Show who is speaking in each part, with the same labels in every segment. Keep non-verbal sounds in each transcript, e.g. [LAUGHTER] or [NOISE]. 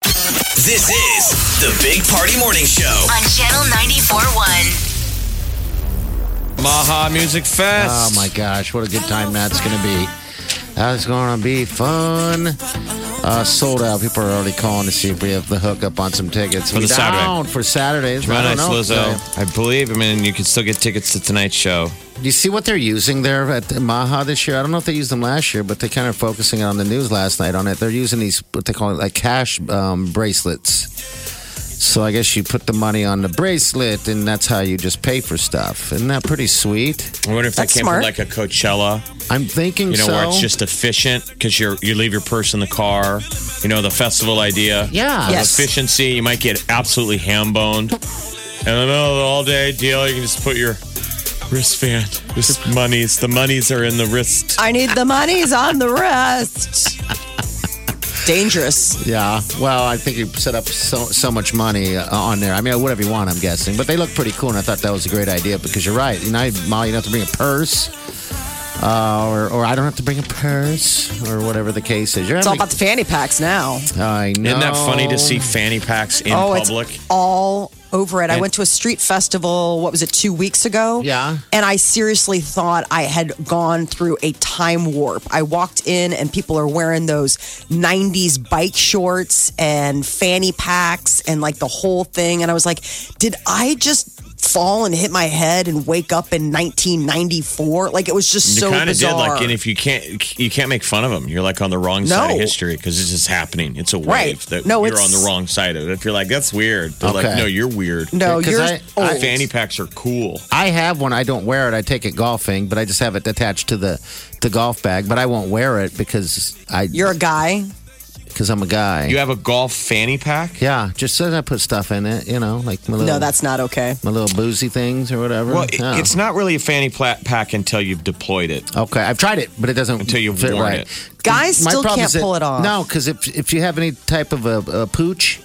Speaker 1: This is the Big Party Morning Show.
Speaker 2: on Channel 94.1.
Speaker 3: Maha Music Fest.
Speaker 4: Oh my gosh, what a good time that's going to be. That's going to be fun. Uh, sold out. People are already calling to see if we have the hookup on some tickets.
Speaker 3: For
Speaker 4: we
Speaker 3: the Saturday.
Speaker 4: down for Saturdays.
Speaker 3: Tomorrow
Speaker 4: I
Speaker 3: night's
Speaker 4: don't know.
Speaker 3: Lizzo. I believe. I mean, you can still get tickets to tonight's show.
Speaker 4: Do you see what they're using there at the Maha this year? I don't know if they used them last year, but they kind of focusing on the news last night on it. They're using these what they call it like cash um, bracelets. So I guess you put the money on the bracelet, and that's how you just pay for stuff. Isn't that pretty sweet?
Speaker 3: I wonder if
Speaker 5: That's
Speaker 3: that came
Speaker 5: smart.
Speaker 3: from like a Coachella,
Speaker 4: I'm thinking
Speaker 3: you know,
Speaker 4: so.
Speaker 3: where it's just efficient because you you leave your purse in the car. You know, the festival idea.
Speaker 4: yeah,
Speaker 5: Yes.
Speaker 3: Efficiency. You might get absolutely ham boned. And in the middle of the all day deal, you can just put your wristband. Just monies. The monies are in the wrist.
Speaker 5: I need the monies on the wrist. Dangerous.
Speaker 4: Yeah. Well, I think you set up so so much money uh, on there. I mean, whatever you want, I'm guessing. But they look pretty cool, and I thought that was a great idea because you're right. You know, I- Molly, you don't have to bring a purse, uh, or or I don't have to bring a purse, or whatever the case is. You're
Speaker 5: It's all
Speaker 4: having.
Speaker 5: about the fanny packs now.
Speaker 4: I know.
Speaker 3: Isn't that funny to see fanny packs in
Speaker 5: oh,
Speaker 3: public?
Speaker 5: it's all over it. I went to a street festival. What was it? Two weeks ago.
Speaker 4: Yeah.
Speaker 5: And I seriously thought I had gone through a time warp. I walked in and people are wearing those '90s bike shorts and fanny packs and like the whole thing. And I was like, did I just? fall and hit my head and wake up in 1994 like it was just
Speaker 3: You
Speaker 5: so
Speaker 3: kind of did
Speaker 5: bizarre
Speaker 3: like, and if you can't, you can't make fun of them. You're like on the wrong side of
Speaker 5: No.
Speaker 3: history because it's just happening. It's a wave
Speaker 5: Right.
Speaker 3: that
Speaker 5: No,
Speaker 3: you're
Speaker 5: it's-
Speaker 3: on the wrong side of. it. If you're like, that's weird. They're like,
Speaker 4: Okay.
Speaker 3: no, you're weird.
Speaker 5: no
Speaker 4: Because
Speaker 5: you're
Speaker 4: I-
Speaker 5: old.
Speaker 4: I-
Speaker 3: Fanny packs are cool.
Speaker 4: I have one. I don't wear it. I take it golfing, but I just have it attached to the the golf bag. But I won't wear it because I
Speaker 5: you're a guy
Speaker 4: because I'm a guy.
Speaker 3: You have a golf fanny pack.
Speaker 4: yeah, just so that I put stuff in it. You know, like my little
Speaker 5: no that's not okay
Speaker 4: my little boozy things or whatever.
Speaker 3: Well, it-
Speaker 4: Yeah.
Speaker 3: it's not really a fanny pla- pack until you've deployed it.
Speaker 4: Okay, I've tried it, but it doesn't
Speaker 3: Until you've
Speaker 4: fit
Speaker 3: worn
Speaker 4: right.
Speaker 3: it.
Speaker 5: Guys still
Speaker 4: problem
Speaker 5: can't
Speaker 4: is that-
Speaker 5: pull it off.
Speaker 4: No, because if if you have any type of a, a pooch,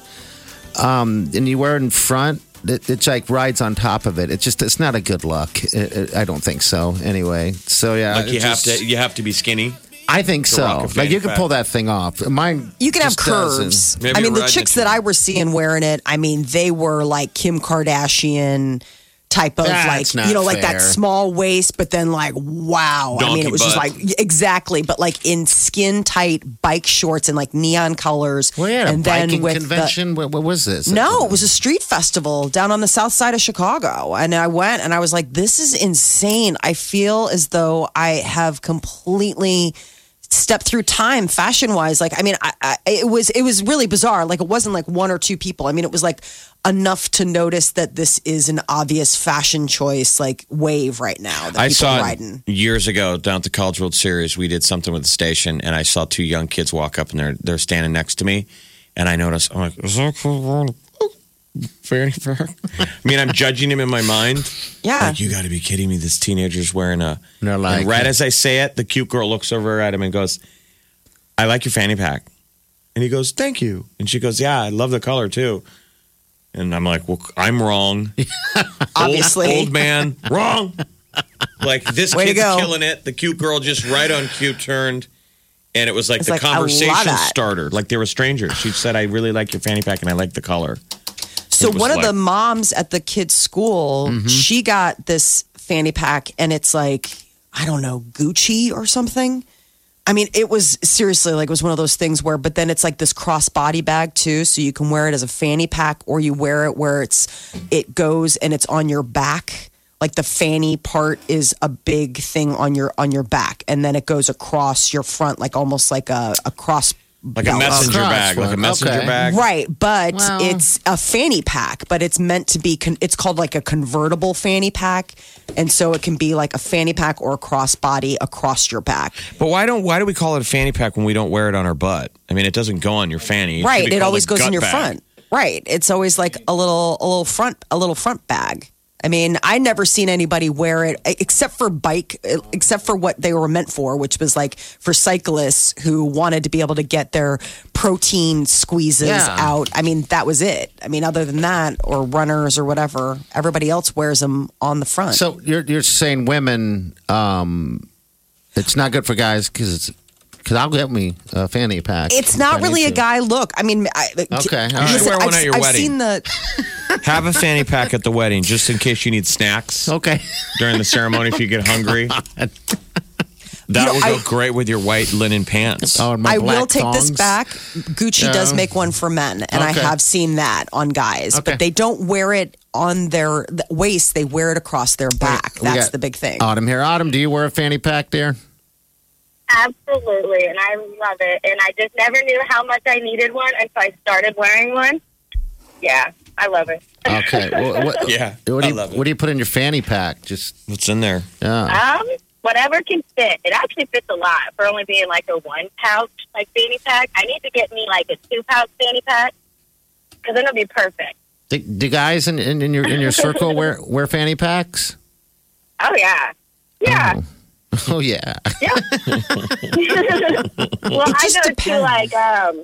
Speaker 4: um, and you wear it in front, it, it's like rides on top of it. It's just it's not a good look. It, it, I don't think so. Anyway, so yeah,
Speaker 3: Like you
Speaker 4: it
Speaker 3: have
Speaker 4: just-
Speaker 3: to, you have to be skinny.
Speaker 4: I think
Speaker 3: rock
Speaker 4: so.
Speaker 3: a fanny
Speaker 4: Like you can
Speaker 3: pack.
Speaker 4: pull that thing off. Mine.
Speaker 5: You can have
Speaker 4: just doesn't.
Speaker 5: curves.
Speaker 3: Maybe
Speaker 5: I mean,
Speaker 3: you're
Speaker 5: the
Speaker 3: riding
Speaker 5: chicks
Speaker 3: it.
Speaker 5: that I were seeing wearing it, I mean, they were like Kim Kardashian type of
Speaker 4: That's
Speaker 5: like,
Speaker 4: not
Speaker 5: you know, like that
Speaker 4: fair.
Speaker 5: small waist, but then like, wow. I mean,
Speaker 3: Donkey
Speaker 5: it was just
Speaker 3: butt.
Speaker 5: like, exactly, but like in skin tight bike shorts and like neon colors.
Speaker 4: Well, yeah,
Speaker 5: and
Speaker 4: a biking
Speaker 5: with the-
Speaker 4: convention. what, what was this?
Speaker 5: no, it was a street festival down on the south side of Chicago. And I went and I was like, this is insane. I feel as though I have completely stepped through time fashion wise. Like, I mean, I, I, it was, it was really bizarre. Like it wasn't like one or two people. I mean, it was like enough to notice that this is an obvious fashion choice, like wave right now. That
Speaker 3: I
Speaker 5: people
Speaker 3: saw
Speaker 5: are
Speaker 3: it
Speaker 5: riding.
Speaker 3: years ago down at the College World Series. We did something with the station, and I saw two young kids walk up, and they're they're standing next to me, and I noticed. I'm like, is that kid wearing a [LAUGHS] fanny pack? I mean, I'm judging him in my mind.
Speaker 5: Yeah.
Speaker 3: Like, you got to be kidding me! This teenager's wearing a.
Speaker 4: And they're like- uh,
Speaker 3: and right as I say it, the cute girl looks over at him and goes, "I like your fanny pack," and he goes, "Thank you," and she goes, "Yeah, I love the color too." And I'm like, well, I'm
Speaker 4: [LAUGHS]
Speaker 3: wrong.
Speaker 5: Obviously.
Speaker 3: Old, old man,
Speaker 5: [LAUGHS]
Speaker 3: wrong. Like this
Speaker 5: Way to
Speaker 3: kid's
Speaker 5: go.
Speaker 3: killing it. The cute girl just right on cue turned, and it was like
Speaker 5: It's
Speaker 3: the
Speaker 5: like, I love
Speaker 3: conversation
Speaker 5: that.
Speaker 3: starter. Like they were strangers. She said, "I really like your fanny pack, and I like the color."
Speaker 5: So
Speaker 3: It was
Speaker 5: one of the
Speaker 3: like- Mm-hmm.
Speaker 5: moms at the kid's school, she got this fanny pack and it's like, I don't know, Gucci or something. I mean, it was seriously like it was one of those things where, but then it's like this crossbody bag too, so you can wear it as a fanny pack or you wear it where it's it goes and it's on your back. Like the fanny part is a big thing on your on your back, and then it goes across your front, like almost like a, a cross
Speaker 3: Like a messenger
Speaker 4: cross
Speaker 3: bag, like a
Speaker 4: one.
Speaker 3: messenger
Speaker 4: Okay.
Speaker 3: bag.
Speaker 5: Right, but
Speaker 4: Well-
Speaker 5: it's a fanny pack, but it's meant to be. Con- it's called like a convertible fanny pack, and so it can be like a fanny pack or a crossbody across your back.
Speaker 3: But why don't why do we call it a fanny pack when we don't wear it on our butt? I mean, it doesn't go on your fanny. should
Speaker 5: right,
Speaker 3: be
Speaker 5: it
Speaker 3: called
Speaker 5: always
Speaker 3: a
Speaker 5: goes in
Speaker 3: gut
Speaker 5: your
Speaker 3: bag.
Speaker 5: front. Right, it's always like a little, a little front, a little front bag. I mean, I never seen anybody wear it e, except for bike, e, except for what they were meant for, which was like for cyclists who wanted to be able to get their protein squeezes
Speaker 4: Yeah.
Speaker 5: out. I mean, that was it. I mean, other than that, or runners or whatever, everybody else wears them on the front.
Speaker 4: So you're you're saying women, um, it's not good for guys because it's because I'll get me a fanny pack.
Speaker 5: it's
Speaker 4: if
Speaker 5: not
Speaker 4: I need
Speaker 5: really a
Speaker 4: to.
Speaker 5: guy look. I mean, I,
Speaker 4: Okay, all
Speaker 3: You should
Speaker 4: right.
Speaker 3: wear one
Speaker 5: I've,
Speaker 3: at your
Speaker 5: I've
Speaker 3: wedding.
Speaker 5: seen the
Speaker 3: [LAUGHS] Have a fanny pack at the wedding just in case you need snacks
Speaker 4: Okay.
Speaker 3: during the ceremony if you get hungry. That
Speaker 5: know,
Speaker 3: would go
Speaker 5: I-
Speaker 3: great with your white linen pants.
Speaker 4: [LAUGHS] Oh, and my
Speaker 5: I
Speaker 4: black
Speaker 5: will take this
Speaker 4: thongs.
Speaker 5: back. Gucci does make one for men, and I
Speaker 4: Okay.
Speaker 5: have seen that on guys,
Speaker 4: Okay.
Speaker 5: but they don't wear it on their th- waist. They wear it across their back.
Speaker 4: We
Speaker 5: That's
Speaker 4: got
Speaker 5: the big thing.
Speaker 4: Autumn here. Autumn, do you wear a fanny pack, dear?
Speaker 6: Absolutely, and I love it. And I just never knew how much I needed one until I started wearing one. Yeah, I love it.
Speaker 4: Okay.
Speaker 3: [LAUGHS]
Speaker 4: Well, what,
Speaker 3: Yeah,
Speaker 4: What
Speaker 3: I
Speaker 4: do you
Speaker 3: love it.
Speaker 4: What do you put in your fanny pack? Just
Speaker 3: What's in there?
Speaker 4: yeah.
Speaker 6: Um, whatever can fit. It actually fits a lot for only being like a one pouch like fanny pack. I need to get me like a two pouch fanny pack because it'll be perfect.
Speaker 4: Do, do guys in, in, in your in your circle wear wear fanny packs? [LAUGHS]
Speaker 6: Oh yeah, yeah.
Speaker 4: Oh yeah.
Speaker 6: [LAUGHS] well, I
Speaker 5: just
Speaker 6: go to
Speaker 5: depends.
Speaker 6: like um,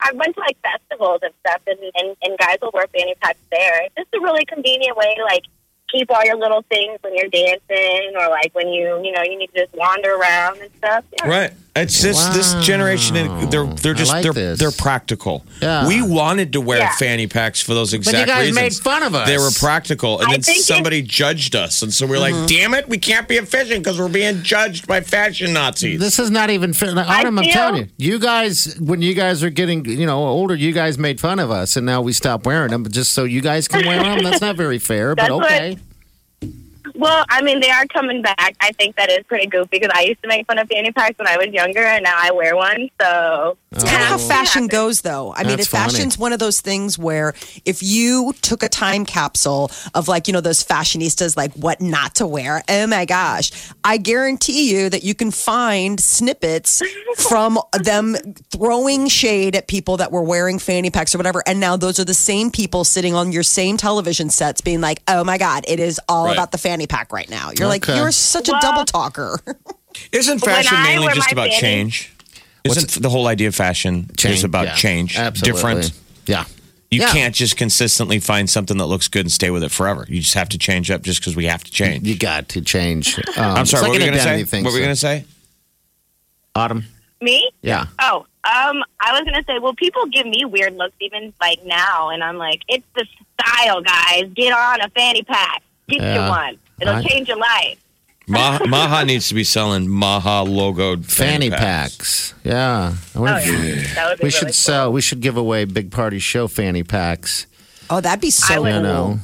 Speaker 6: I went to like festivals and stuff, and, and and guys will wear fanny packs there. It's just a really convenient way to like keep all your little things when you're dancing or like when you you know you need to just wander around and stuff. Yeah.
Speaker 3: Right. It's just this
Speaker 4: Wow.
Speaker 3: generation. and They're they're
Speaker 4: I
Speaker 3: just
Speaker 4: like
Speaker 3: they're
Speaker 4: this.
Speaker 3: they're practical.
Speaker 4: Yeah.
Speaker 3: We wanted to wear
Speaker 6: Yeah.
Speaker 3: fanny packs for those
Speaker 4: you
Speaker 3: exact
Speaker 4: guys made
Speaker 3: reasons.
Speaker 4: fun of us.
Speaker 3: They were practical, and
Speaker 6: I
Speaker 3: then
Speaker 6: think it- Mm-hmm.
Speaker 3: somebody judged us, and so we're like, "Damn it, we can't be efficient because we're being judged by fashion Nazis."
Speaker 4: This is not even fair. Like, Autumn, I'm
Speaker 6: feel-
Speaker 4: telling you, you guys, when you guys are getting, you know, older, you guys made fun of us, and now we stop wearing them just so you guys can wear them. That's not very fair, but
Speaker 6: That's what-
Speaker 4: okay.
Speaker 6: Well, I mean, they are coming back. I think that is pretty goofy because I used to make fun of fanny packs when I was younger, and now I wear one. So
Speaker 5: It's kind of how fashion goes, though. I mean,
Speaker 4: That's
Speaker 5: if fashion's one of those things where if you took a time capsule of like, you know, those fashionistas, like what not to wear, oh my gosh, I guarantee you that you can find [LAUGHS] snippets from them throwing shade at people that were wearing fanny packs or whatever. And now those are the same people sitting on your same television sets being like, oh my God, it is all
Speaker 3: Right.
Speaker 5: about the fanny pack right now. You're like,
Speaker 4: Okay.
Speaker 5: you're such a
Speaker 6: Well-
Speaker 5: double talker.
Speaker 3: Isn't
Speaker 6: When
Speaker 3: fashion
Speaker 6: I
Speaker 3: mainly
Speaker 6: wear
Speaker 3: just
Speaker 6: my
Speaker 3: about
Speaker 6: fanny-
Speaker 3: change? Isn't the whole idea of fashion
Speaker 4: Change,
Speaker 3: is about
Speaker 4: yeah.
Speaker 3: change?
Speaker 4: Absolutely.
Speaker 3: Different.
Speaker 4: Yeah.
Speaker 3: You
Speaker 4: Yeah.
Speaker 3: can't just consistently find something that looks good and stay with it forever. You just have to change up just because we have to change.
Speaker 4: You got to change. Um,
Speaker 3: I'm sorry,
Speaker 4: it's like
Speaker 3: what were you
Speaker 4: an
Speaker 3: going to say?
Speaker 4: identity Thing,
Speaker 3: what were you going
Speaker 4: so-
Speaker 3: to say?
Speaker 4: Autumn?
Speaker 6: Me?
Speaker 4: Yeah.
Speaker 6: Oh, um, I was gonna say, well, people give me weird looks even like now, and I'm like, it's the style, guys. Get on a fanny pack. Get
Speaker 4: Yeah.
Speaker 6: you one. It'll
Speaker 4: Right.
Speaker 6: change your life. [LAUGHS]
Speaker 3: Maha, Maha needs to be selling Maha logoed
Speaker 4: Fanny packs. Yeah. I wonder
Speaker 6: Oh,
Speaker 4: if-
Speaker 6: yeah. That would be
Speaker 4: We
Speaker 6: really
Speaker 4: should sell. We should give away big party show fanny packs.
Speaker 5: [LAUGHS] Oh, that'd be so
Speaker 6: I would-
Speaker 4: You
Speaker 5: cool.
Speaker 4: know,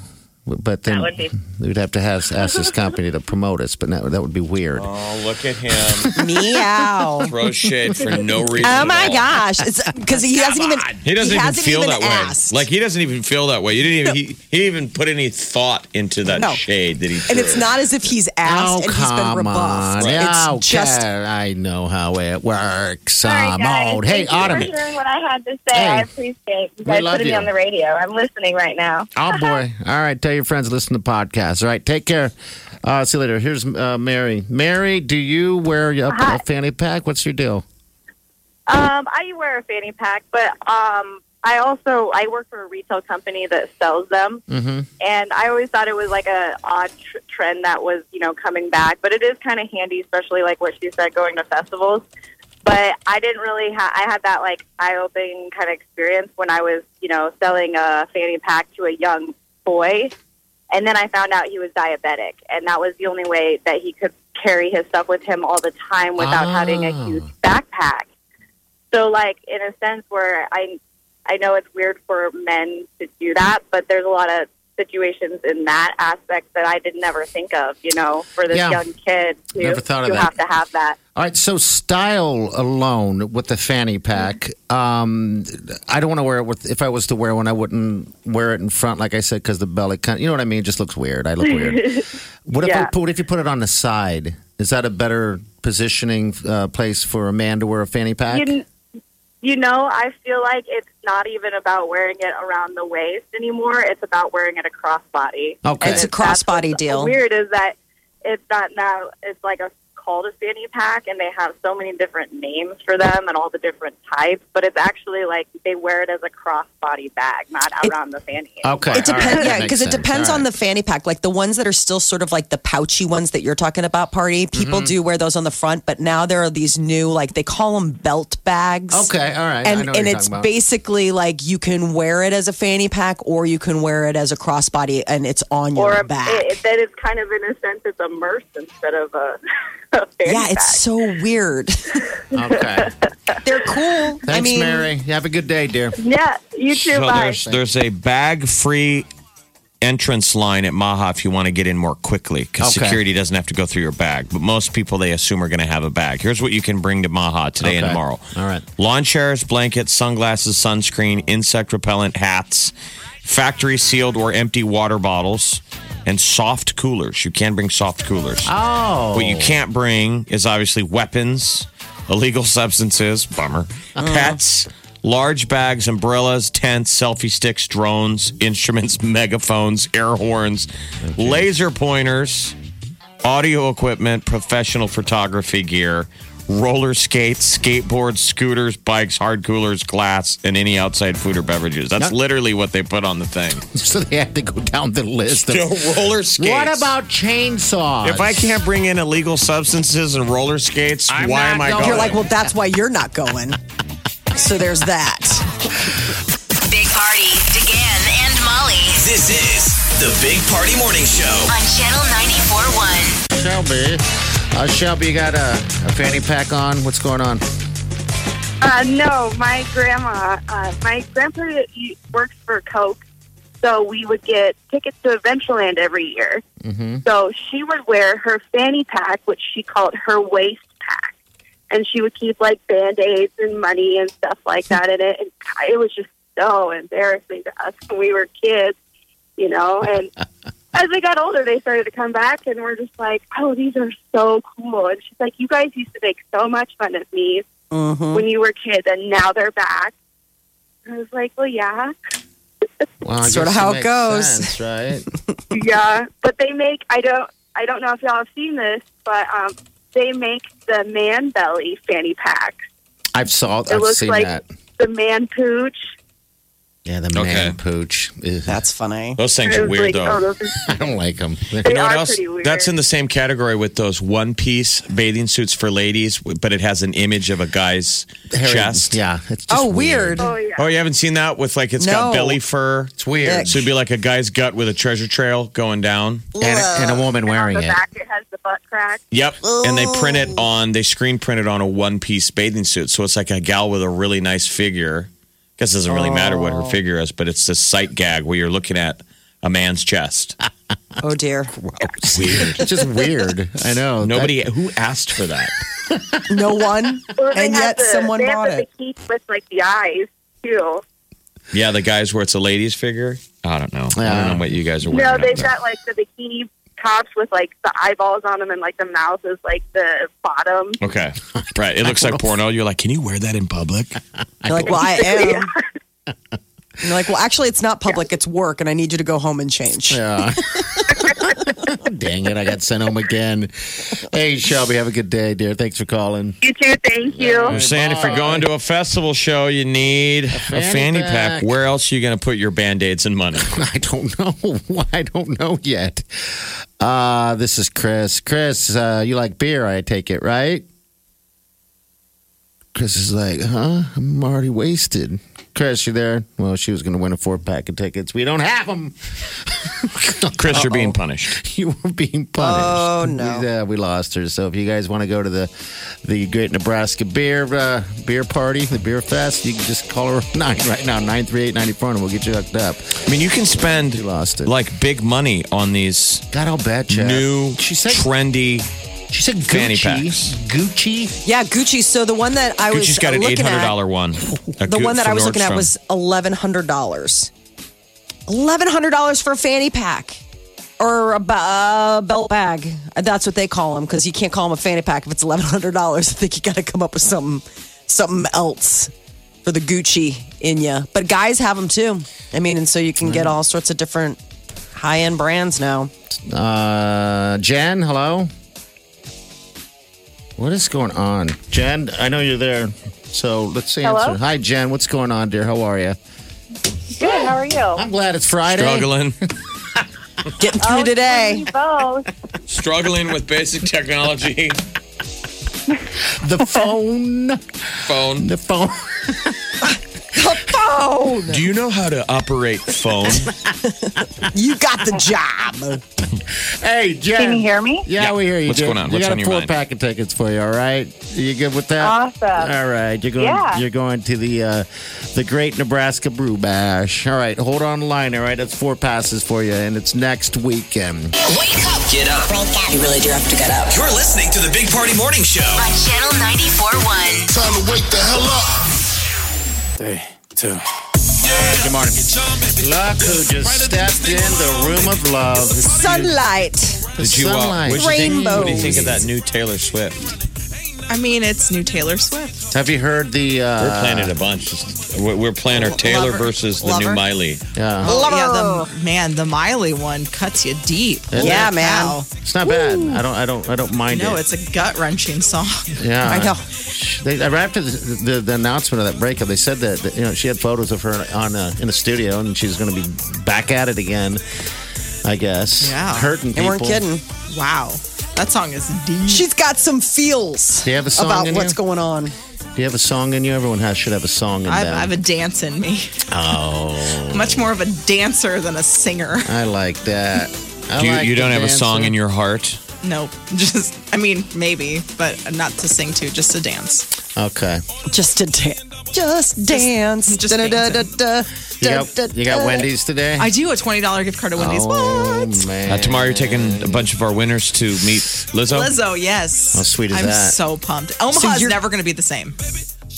Speaker 4: but then
Speaker 6: That would be-
Speaker 4: we'd have to have ask this company to promote us. But that, that would be weird.
Speaker 3: Oh, look at him.
Speaker 5: [LAUGHS] Meow.
Speaker 3: Throw shade for
Speaker 6: [LAUGHS]
Speaker 3: no reason.
Speaker 5: Oh
Speaker 3: at
Speaker 5: my
Speaker 3: all.
Speaker 5: gosh!
Speaker 4: [LAUGHS]
Speaker 5: Because he hasn't even
Speaker 3: He doesn't even
Speaker 5: hasn't
Speaker 3: feel
Speaker 5: even
Speaker 3: that
Speaker 5: asked.
Speaker 3: way. Like he doesn't even feel that way. He didn't even he, he didn't even put any thought into that
Speaker 5: No.
Speaker 3: shade that he
Speaker 5: and it's
Speaker 3: drew.
Speaker 5: not as if he's asked and he's been rebuffed.
Speaker 4: Oh, Yeah,
Speaker 5: It's just
Speaker 4: okay, I know how it works.
Speaker 6: All right,
Speaker 4: I'm
Speaker 6: guys.
Speaker 4: old. Hey,
Speaker 6: Thank you
Speaker 4: Autumn.
Speaker 6: for hearing what I had to say.
Speaker 4: Hey.
Speaker 6: I appreciate you guys
Speaker 4: love
Speaker 6: putting me
Speaker 4: you.
Speaker 6: on the radio. I'm listening right now.
Speaker 4: Oh, boy. All right. Tell your friends, listen to podcasts. All right. Take care. Uh, see you later. Here's uh, Mary. Mary, do you wear a, a fanny pack? What's your deal?
Speaker 6: Um, I wear a fanny pack, but um, I also I work for a retail company that sells them,
Speaker 4: Mm-hmm.
Speaker 6: and I always thought it was like a odd tr- trend that was you know coming back. But it is kind of handy, especially like what she said, going to festivals. But I didn't really ha- I had that like eye opening kind of experience when I was you know selling a fanny pack to a young boy, and then I found out he was diabetic, and that was the only way that he could carry his stuff with him all the time without having
Speaker 4: Ah.
Speaker 6: a huge backpack. So, like in a sense, where I I know it's weird for men to do that, but there's a lot of situations in that aspect that I did never think of, you know, for this
Speaker 4: Yeah.
Speaker 6: young kid to,
Speaker 4: Never thought of
Speaker 6: to
Speaker 4: that.
Speaker 6: have to have that.
Speaker 4: All right, so style alone with the fanny pack. Um, I don't want to wear it with. If I was to wear one, I wouldn't wear it in front, like I said, because the belly. Kind you know what I mean? It just looks weird. I look weird.
Speaker 6: [LAUGHS]
Speaker 4: What if I
Speaker 6: Yeah.
Speaker 4: put? What if you put it on the side? Is that a better positioning uh, place for a man to wear a fanny pack?
Speaker 6: You, you know, I feel like it's not even about wearing it around the waist anymore. It's about wearing it across body.
Speaker 4: Okay.
Speaker 6: And
Speaker 4: It's
Speaker 5: a
Speaker 6: that's
Speaker 5: crossbody
Speaker 6: what's
Speaker 5: deal.
Speaker 6: Weird is that it's not now. It's like a called a fanny pack, and they have so many different names for them and all the different types. But it's actually like they wear it as a crossbody bag, not
Speaker 5: It-
Speaker 6: around the fanny.
Speaker 4: okay.
Speaker 5: It depends, yeah,
Speaker 4: because
Speaker 5: because it depends on the fanny pack. Like the ones that are still sort of like the pouchy ones that you're talking about, party. People
Speaker 4: Mm-hmm.
Speaker 5: do wear those on the front, but now there are these new, like they call them belt bags.
Speaker 4: Okay, all right. I
Speaker 5: And
Speaker 4: know what
Speaker 5: and
Speaker 4: you're
Speaker 5: it's
Speaker 4: talking about.
Speaker 5: basically like you can wear it as a fanny pack, or you can wear it as a crossbody, and it's on your
Speaker 6: Or a,
Speaker 5: back.
Speaker 6: it, then it's kind of in a sense it's a merce instead of a, [LAUGHS] a fanny
Speaker 5: yeah,
Speaker 6: pack.
Speaker 5: it's so
Speaker 6: [LAUGHS]
Speaker 5: weird. [LAUGHS]
Speaker 4: Okay.
Speaker 5: They're cool.
Speaker 4: Thanks,
Speaker 5: I mean,
Speaker 4: Mary. You have a good day, dear. [LAUGHS]
Speaker 6: yeah. You too.
Speaker 3: So
Speaker 6: bye.
Speaker 3: there's there's a bag free entrance line at Maha if you want to get in more quickly because
Speaker 4: Okay.
Speaker 3: security doesn't have to go through your bag. But most people they assume are going to have a bag. Here's what you can bring to Maha today and
Speaker 4: Okay.
Speaker 3: tomorrow:
Speaker 4: All right.
Speaker 3: lawn chairs, blankets, sunglasses, sunscreen, insect repellent, hats, factory sealed or empty water bottles, and soft coolers. You can bring soft coolers.
Speaker 4: Oh,
Speaker 3: What you can't bring is obviously weapons, illegal [LAUGHS] substances, bummer,
Speaker 4: Uh-huh.
Speaker 3: pets, large bags, umbrellas, tents, selfie sticks, drones, instruments, [LAUGHS] megaphones, air horns, laser pointers, audio equipment, professional photography gear, roller skates, skateboards, scooters, bikes, hard coolers, glass, and any outside food or beverages. That's
Speaker 4: Yeah.
Speaker 3: literally what they put on the thing.
Speaker 4: so they had to go down the list.
Speaker 3: [LAUGHS]
Speaker 4: Of,
Speaker 3: roller skates.
Speaker 4: what about chainsaws?
Speaker 3: If I can't bring in illegal substances and roller skates,
Speaker 4: I'm
Speaker 3: why am
Speaker 4: not
Speaker 3: I
Speaker 4: going.
Speaker 3: going?
Speaker 5: you're like, well, that's why you're not going. so there's that.
Speaker 2: Big Party, DeGan and Molly
Speaker 1: This is the Big Party Morning Show.
Speaker 2: on Channel 94.1.
Speaker 4: Shelby. Uh, Shelby, you got a, a fanny pack on? What's going on?
Speaker 6: Uh, no, my grandma, uh, my grandpa he works for Coke, so we would get tickets to Adventureland every year. So she would wear her fanny pack, which she called her waist pack, and she would keep like band aids and money and stuff like that in it. And God, it was just so embarrassing to us when we were kids, you know. And as they got older, they started to come back, and we're just like, "Oh, these are so cool!" And she's like, "You guys used to make so much fun of me."
Speaker 3: Mm-hmm.
Speaker 5: Mhm.
Speaker 6: when you were kids and now they're back. I was like, well, yeah,
Speaker 3: [LAUGHS]
Speaker 4: Well, I
Speaker 5: Sorta
Speaker 4: guess
Speaker 5: how it
Speaker 4: makes
Speaker 5: goes. [LAUGHS]
Speaker 4: sense, right?
Speaker 6: yeah. But they make I don't I don't know if y'all have seen this, but um, they make the man belly fanny pack,
Speaker 4: I've saw. I've
Speaker 6: looks
Speaker 4: seen
Speaker 6: like-
Speaker 4: that.
Speaker 6: the man pooch.
Speaker 4: Yeah, the man
Speaker 3: Okay.
Speaker 4: pooch. Ew,
Speaker 5: That's funny.
Speaker 3: Those things
Speaker 6: I
Speaker 3: are
Speaker 6: was
Speaker 3: weird
Speaker 6: like,
Speaker 3: though.
Speaker 6: oh, those are-
Speaker 4: [LAUGHS]
Speaker 3: [LAUGHS]
Speaker 4: I don't like them.
Speaker 6: they
Speaker 3: You know
Speaker 6: are
Speaker 3: what else?
Speaker 6: pretty weird.
Speaker 3: That's in the same category with those one-piece bathing suits for ladies, but it has an image of a guy's chest.
Speaker 4: Yeah, it's just
Speaker 5: Oh, weird.
Speaker 6: oh yeah.
Speaker 3: Oh, you haven't seen that with like it's
Speaker 5: No.
Speaker 3: got belly fur. It's
Speaker 4: weird.
Speaker 3: So it'd be like a guy's gut with a treasure trail going down.
Speaker 4: And, and a woman
Speaker 6: And
Speaker 3: Oh,
Speaker 6: on
Speaker 4: wearing
Speaker 6: the
Speaker 4: it.
Speaker 6: back, it has the butt crack.
Speaker 3: Yep. And they print it on, they screen print it on a one piece bathing suit. So it's like a gal with a really nice figure. Guess it doesn't really matter what her figure is, but it's this sight gag where you're looking at a man's chest.
Speaker 5: Oh dear.
Speaker 3: Weird.
Speaker 4: It's [LAUGHS] just weird. I know.
Speaker 3: Nobody, who asked for that?
Speaker 5: No one.
Speaker 6: Or they
Speaker 5: And
Speaker 6: have
Speaker 5: yet
Speaker 6: the,
Speaker 5: someone
Speaker 6: they
Speaker 5: bought
Speaker 6: have the
Speaker 5: it.
Speaker 6: bikini with like the eyes
Speaker 3: Oh,
Speaker 6: too.
Speaker 3: Yeah, the guys where it's a lady's figure. I don't know. I
Speaker 4: Yeah.
Speaker 3: don't know what you guys are wearing.
Speaker 6: No,
Speaker 3: out
Speaker 6: they've
Speaker 3: there.
Speaker 6: got like the bikini tops with like the eyeballs on them and like the mouth is like the bottom.
Speaker 3: Okay, right. It looks like porno. You're like, can you wear that in public?
Speaker 5: You're like, well, I am. And You're like, well, actually, it's not public. It's work, and I need you to go home and change.
Speaker 4: Yeah. [LAUGHS] Dang it! I got sent home again. Hey, Shelby, have a good day, dear. Thanks for calling.
Speaker 6: You too. Thank you.
Speaker 3: I'm saying if you're going to a festival show, you need a fanny,
Speaker 4: fanny
Speaker 3: pack.
Speaker 4: pack.
Speaker 3: Where else are you going to put your band aids and money?
Speaker 4: I don't [LAUGHS] know. I don't know yet. Uh, this is Chris. Chris, uh, you like beer, I take it, right? Chris is like, huh? I'm already wasted. Chris, you there? Well, she was going to win a four pack of tickets. We don't have [LAUGHS] them.
Speaker 3: Chris, you're being punished.
Speaker 4: [LAUGHS] you were being punished.
Speaker 5: Oh, no.
Speaker 4: We, uh, we lost her. So if you guys want to go to the the Great Nebraska Beer uh, Beer Party, the Beer Fest, you can just call her [LAUGHS] nine right now nine three eight ninety four, and we'll get you hooked up.
Speaker 3: I mean, you can spend
Speaker 4: You lost it.
Speaker 3: like big money on these
Speaker 4: God, I'll bet you.
Speaker 3: new,
Speaker 4: She said.
Speaker 3: trendy.
Speaker 4: she said Gucci.
Speaker 3: fanny packs.
Speaker 4: Gucci.
Speaker 5: Yeah, Gucci. So the one that I was
Speaker 3: Gucci's got
Speaker 5: uh,
Speaker 3: an eight
Speaker 5: looking
Speaker 3: hundred
Speaker 5: at,
Speaker 3: dollar
Speaker 5: [LAUGHS]
Speaker 3: one.
Speaker 5: the one that I was looking at was eleven hundred dollars. Eleven hundred dollars for a fanny pack or a ba- uh, belt bag. That's what they call them because you can't call them a fanny pack if it's eleven hundred dollars. [LAUGHS] I think you got to come up with something something else for the Gucci in you. But guys have them too. I mean, and so you can get all sorts of different high end brands now.
Speaker 4: Uh, Jen, hello. What is going on, Jen? I know you're there. So let's answer.
Speaker 6: Hello?
Speaker 4: Hi, Jen. What's going on, dear? How are you?
Speaker 6: Good. How are you?
Speaker 4: I'm glad it's Friday.
Speaker 3: struggling,
Speaker 5: [LAUGHS] Getting through today.
Speaker 6: You both.
Speaker 3: struggling with basic
Speaker 5: [LAUGHS]
Speaker 3: technology,
Speaker 4: The phone.
Speaker 3: phone.
Speaker 4: The phone.
Speaker 5: Oh,
Speaker 3: Do you know how to
Speaker 5: [LAUGHS]
Speaker 3: operate phone?
Speaker 5: you got the job.
Speaker 4: hey, Jen.
Speaker 6: Can you hear me?
Speaker 4: Yeah,
Speaker 3: Yeah.
Speaker 4: we hear you.
Speaker 3: What's
Speaker 4: Jen.
Speaker 3: going on?
Speaker 4: You
Speaker 3: What's
Speaker 4: got
Speaker 3: on
Speaker 4: a
Speaker 3: your
Speaker 4: four
Speaker 3: mind?
Speaker 4: pack of tickets for you. All right, you good with that?
Speaker 6: Awesome.
Speaker 4: All right, you're going.
Speaker 6: Yeah.
Speaker 4: You're going to the uh, the Great Nebraska Brew Bash. All right, hold on the line. All right, that's four passes for you, and it's next weekend.
Speaker 2: Wake up
Speaker 1: Get up.
Speaker 7: You really do have to get up.
Speaker 1: You're listening to the Big Party Morning Show.
Speaker 2: on Channel 94.1.
Speaker 8: Time to wake the hell up.
Speaker 9: Three, two.
Speaker 4: Good morning. Look who just stepped in the room of love.
Speaker 5: Sunlight.
Speaker 3: Did you, uh,
Speaker 4: Sunlight.
Speaker 3: what'd you think- What do you
Speaker 5: Rainbows.
Speaker 3: think of that new Taylor Swift?
Speaker 10: I mean, it's new Taylor Swift.
Speaker 4: Have you heard the? Uh,
Speaker 3: We're playing it a bunch. Just- We're we're playing her Taylor
Speaker 10: Lover.
Speaker 3: versus the new
Speaker 10: Lover.
Speaker 3: Miley.
Speaker 4: yeah,
Speaker 10: Yeah, the man, the Miley one cuts you deep.
Speaker 5: Yeah,
Speaker 10: Holy
Speaker 5: man.
Speaker 10: cow.
Speaker 4: it's not bad. I don't. I don't. I don't mind
Speaker 10: No,
Speaker 4: it.
Speaker 10: it's a gut wrenching song. [LAUGHS]
Speaker 4: Yeah,
Speaker 5: I know.
Speaker 4: They, after the, the, the announcement of that breakup, they said that, that, you know she had photos of her on uh, in the studio, and she's going to be back at it again. I guess.
Speaker 10: Yeah.
Speaker 4: hurting
Speaker 5: They
Speaker 4: people.
Speaker 5: weren't kidding.
Speaker 10: Wow, that song is deep.
Speaker 5: She's got some feels
Speaker 4: Do you have a song
Speaker 5: about
Speaker 4: in
Speaker 5: what's
Speaker 4: you?
Speaker 5: going on.
Speaker 4: Do you have a song in you? Everyone has should have a song in
Speaker 10: I have,
Speaker 4: them.
Speaker 10: I have a dance in me.
Speaker 4: oh,
Speaker 10: Much more of a dancer than
Speaker 4: [LAUGHS]
Speaker 10: a singer.
Speaker 4: I like that. I
Speaker 3: Do you,
Speaker 4: like
Speaker 3: you
Speaker 4: the
Speaker 3: don't have a song
Speaker 4: dancing.
Speaker 3: in your heart?
Speaker 10: Nope. Just, I mean, maybe, but not to sing to, just to dance.
Speaker 4: Okay,
Speaker 5: Just to dance. Just dance.
Speaker 10: just dancing.
Speaker 4: you got, you got Wendy's today.
Speaker 10: I do a $20 gift card to Wendy's.
Speaker 4: Oh
Speaker 10: what?
Speaker 4: man!
Speaker 3: Uh, tomorrow, you're taking a bunch of our winners to meet Lizzo.
Speaker 10: Lizzo, yes.
Speaker 4: Oh. How sweet is
Speaker 10: I'm
Speaker 4: that?
Speaker 10: so pumped. Omaha's
Speaker 5: you're-
Speaker 10: never going to be the same.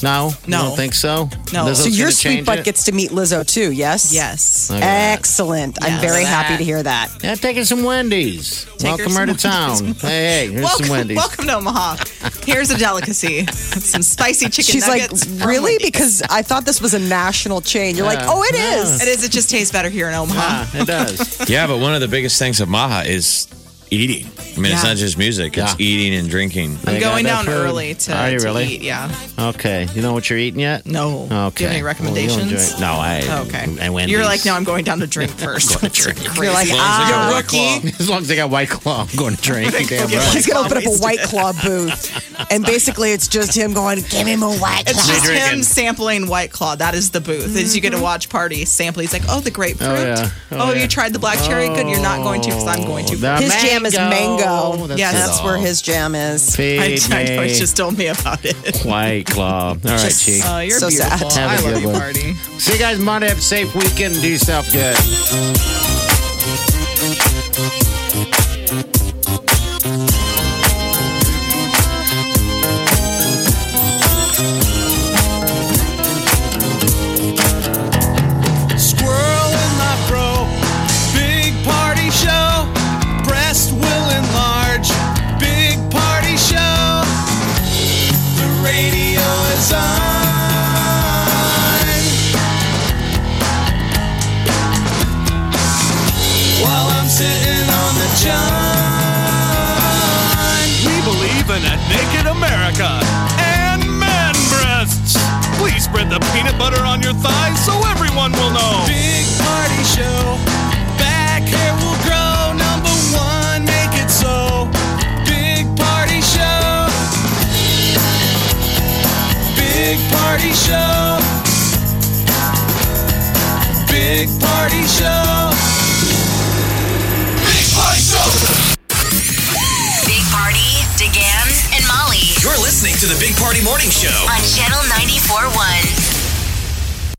Speaker 4: No, you
Speaker 10: No.
Speaker 4: don't think so.
Speaker 10: No.
Speaker 4: Lizzo's
Speaker 5: So your
Speaker 4: gonna
Speaker 5: sweet
Speaker 4: change
Speaker 5: butt
Speaker 4: it?
Speaker 5: gets to meet Lizzo too, yes?
Speaker 10: Yes.
Speaker 4: Look at that.
Speaker 5: Excellent. I'm
Speaker 10: Yes.
Speaker 5: very
Speaker 10: Look at
Speaker 5: happy
Speaker 10: that.
Speaker 5: to hear that.
Speaker 4: Yeah, take her some Wendy's.
Speaker 10: Take her
Speaker 4: welcome her, to
Speaker 10: some
Speaker 4: town. Hey, hey, here's some Wendy's.
Speaker 10: welcome to Omaha. Here's a delicacy: some spicy chicken
Speaker 5: She's like,
Speaker 10: nuggets. Oh from
Speaker 5: really?
Speaker 10: Wendy's."
Speaker 5: Because I thought this was a national chain. You're like,
Speaker 4: Yeah.
Speaker 5: oh, it is.
Speaker 10: it is. It just tastes better here in Omaha.
Speaker 4: Ah, it
Speaker 3: [LAUGHS]
Speaker 4: does.
Speaker 3: Yeah, but one of the biggest things at Maha is eating. I mean, it's
Speaker 10: Yeah.
Speaker 3: not just music; it's
Speaker 4: Yeah.
Speaker 3: eating and drinking.
Speaker 10: I'm
Speaker 4: They got
Speaker 10: going
Speaker 4: that
Speaker 10: down
Speaker 4: food.
Speaker 10: early to,
Speaker 4: Are you
Speaker 10: to
Speaker 4: really?
Speaker 10: eat. Yeah.
Speaker 4: Okay. You know what you're eating yet?
Speaker 10: No.
Speaker 4: Okay.
Speaker 10: Do you have any
Speaker 4: Well, you'll enjoy
Speaker 10: recommendations? Oh,
Speaker 4: it. no, I.
Speaker 10: Okay.
Speaker 4: I went.
Speaker 10: You're like, no, I'm going down
Speaker 4: [LAUGHS]
Speaker 10: to drink first. That's crazy.
Speaker 5: You're like,
Speaker 3: As long as they got
Speaker 5: ah.
Speaker 3: White Claw.
Speaker 4: As long as they got White Claw, I'm going to
Speaker 10: [LAUGHS]
Speaker 4: drink. You damn
Speaker 10: Yeah.
Speaker 4: right.
Speaker 5: He's going to open up a
Speaker 10: Always
Speaker 5: White Claw booth. And basically, it's just him going, give him a White Claw.
Speaker 10: It's just
Speaker 4: drinking.
Speaker 10: him sampling White Claw. That is the booth. As you get a watch party, sample. He's like, oh, the grapefruit.
Speaker 4: Mm-hmm. Oh, yeah. Oh,
Speaker 10: Oh,
Speaker 4: yeah. Oh,
Speaker 10: you tried the black cherry. Good. You're not going to because I'm going to.
Speaker 4: The
Speaker 5: his jam is mango.
Speaker 10: Yeah,
Speaker 4: it
Speaker 5: That's where
Speaker 4: all.
Speaker 5: his jam is.
Speaker 10: [LAUGHS] [LAUGHS] I,
Speaker 4: Feed
Speaker 10: I know.
Speaker 4: me
Speaker 10: He just told me about it.
Speaker 4: White Claw. All right, Chief.
Speaker 10: Oh, you're
Speaker 5: So sad.
Speaker 10: beautiful.
Speaker 4: Have a
Speaker 10: I
Speaker 4: good
Speaker 10: love you,
Speaker 4: one.
Speaker 10: Marty.
Speaker 4: See you guys Monday. Have a safe weekend. Do yourself good.
Speaker 1: Squirrel in my fro. Big party show. Breast will enlarge. Big party show. The radio is on. While I'm sitting on the john. We believe in a naked America and man breasts. Please spread the peanut butter on your thighs so everyone will know. Big party show. Back hair will grow. Number one, make it so. Big party show. Big party show.
Speaker 4: Big Party Show. Big Party Show.
Speaker 2: Big Party, DeGan, and Molly
Speaker 3: You're listening to the Big Party Morning Show.
Speaker 2: on Channel 94.1.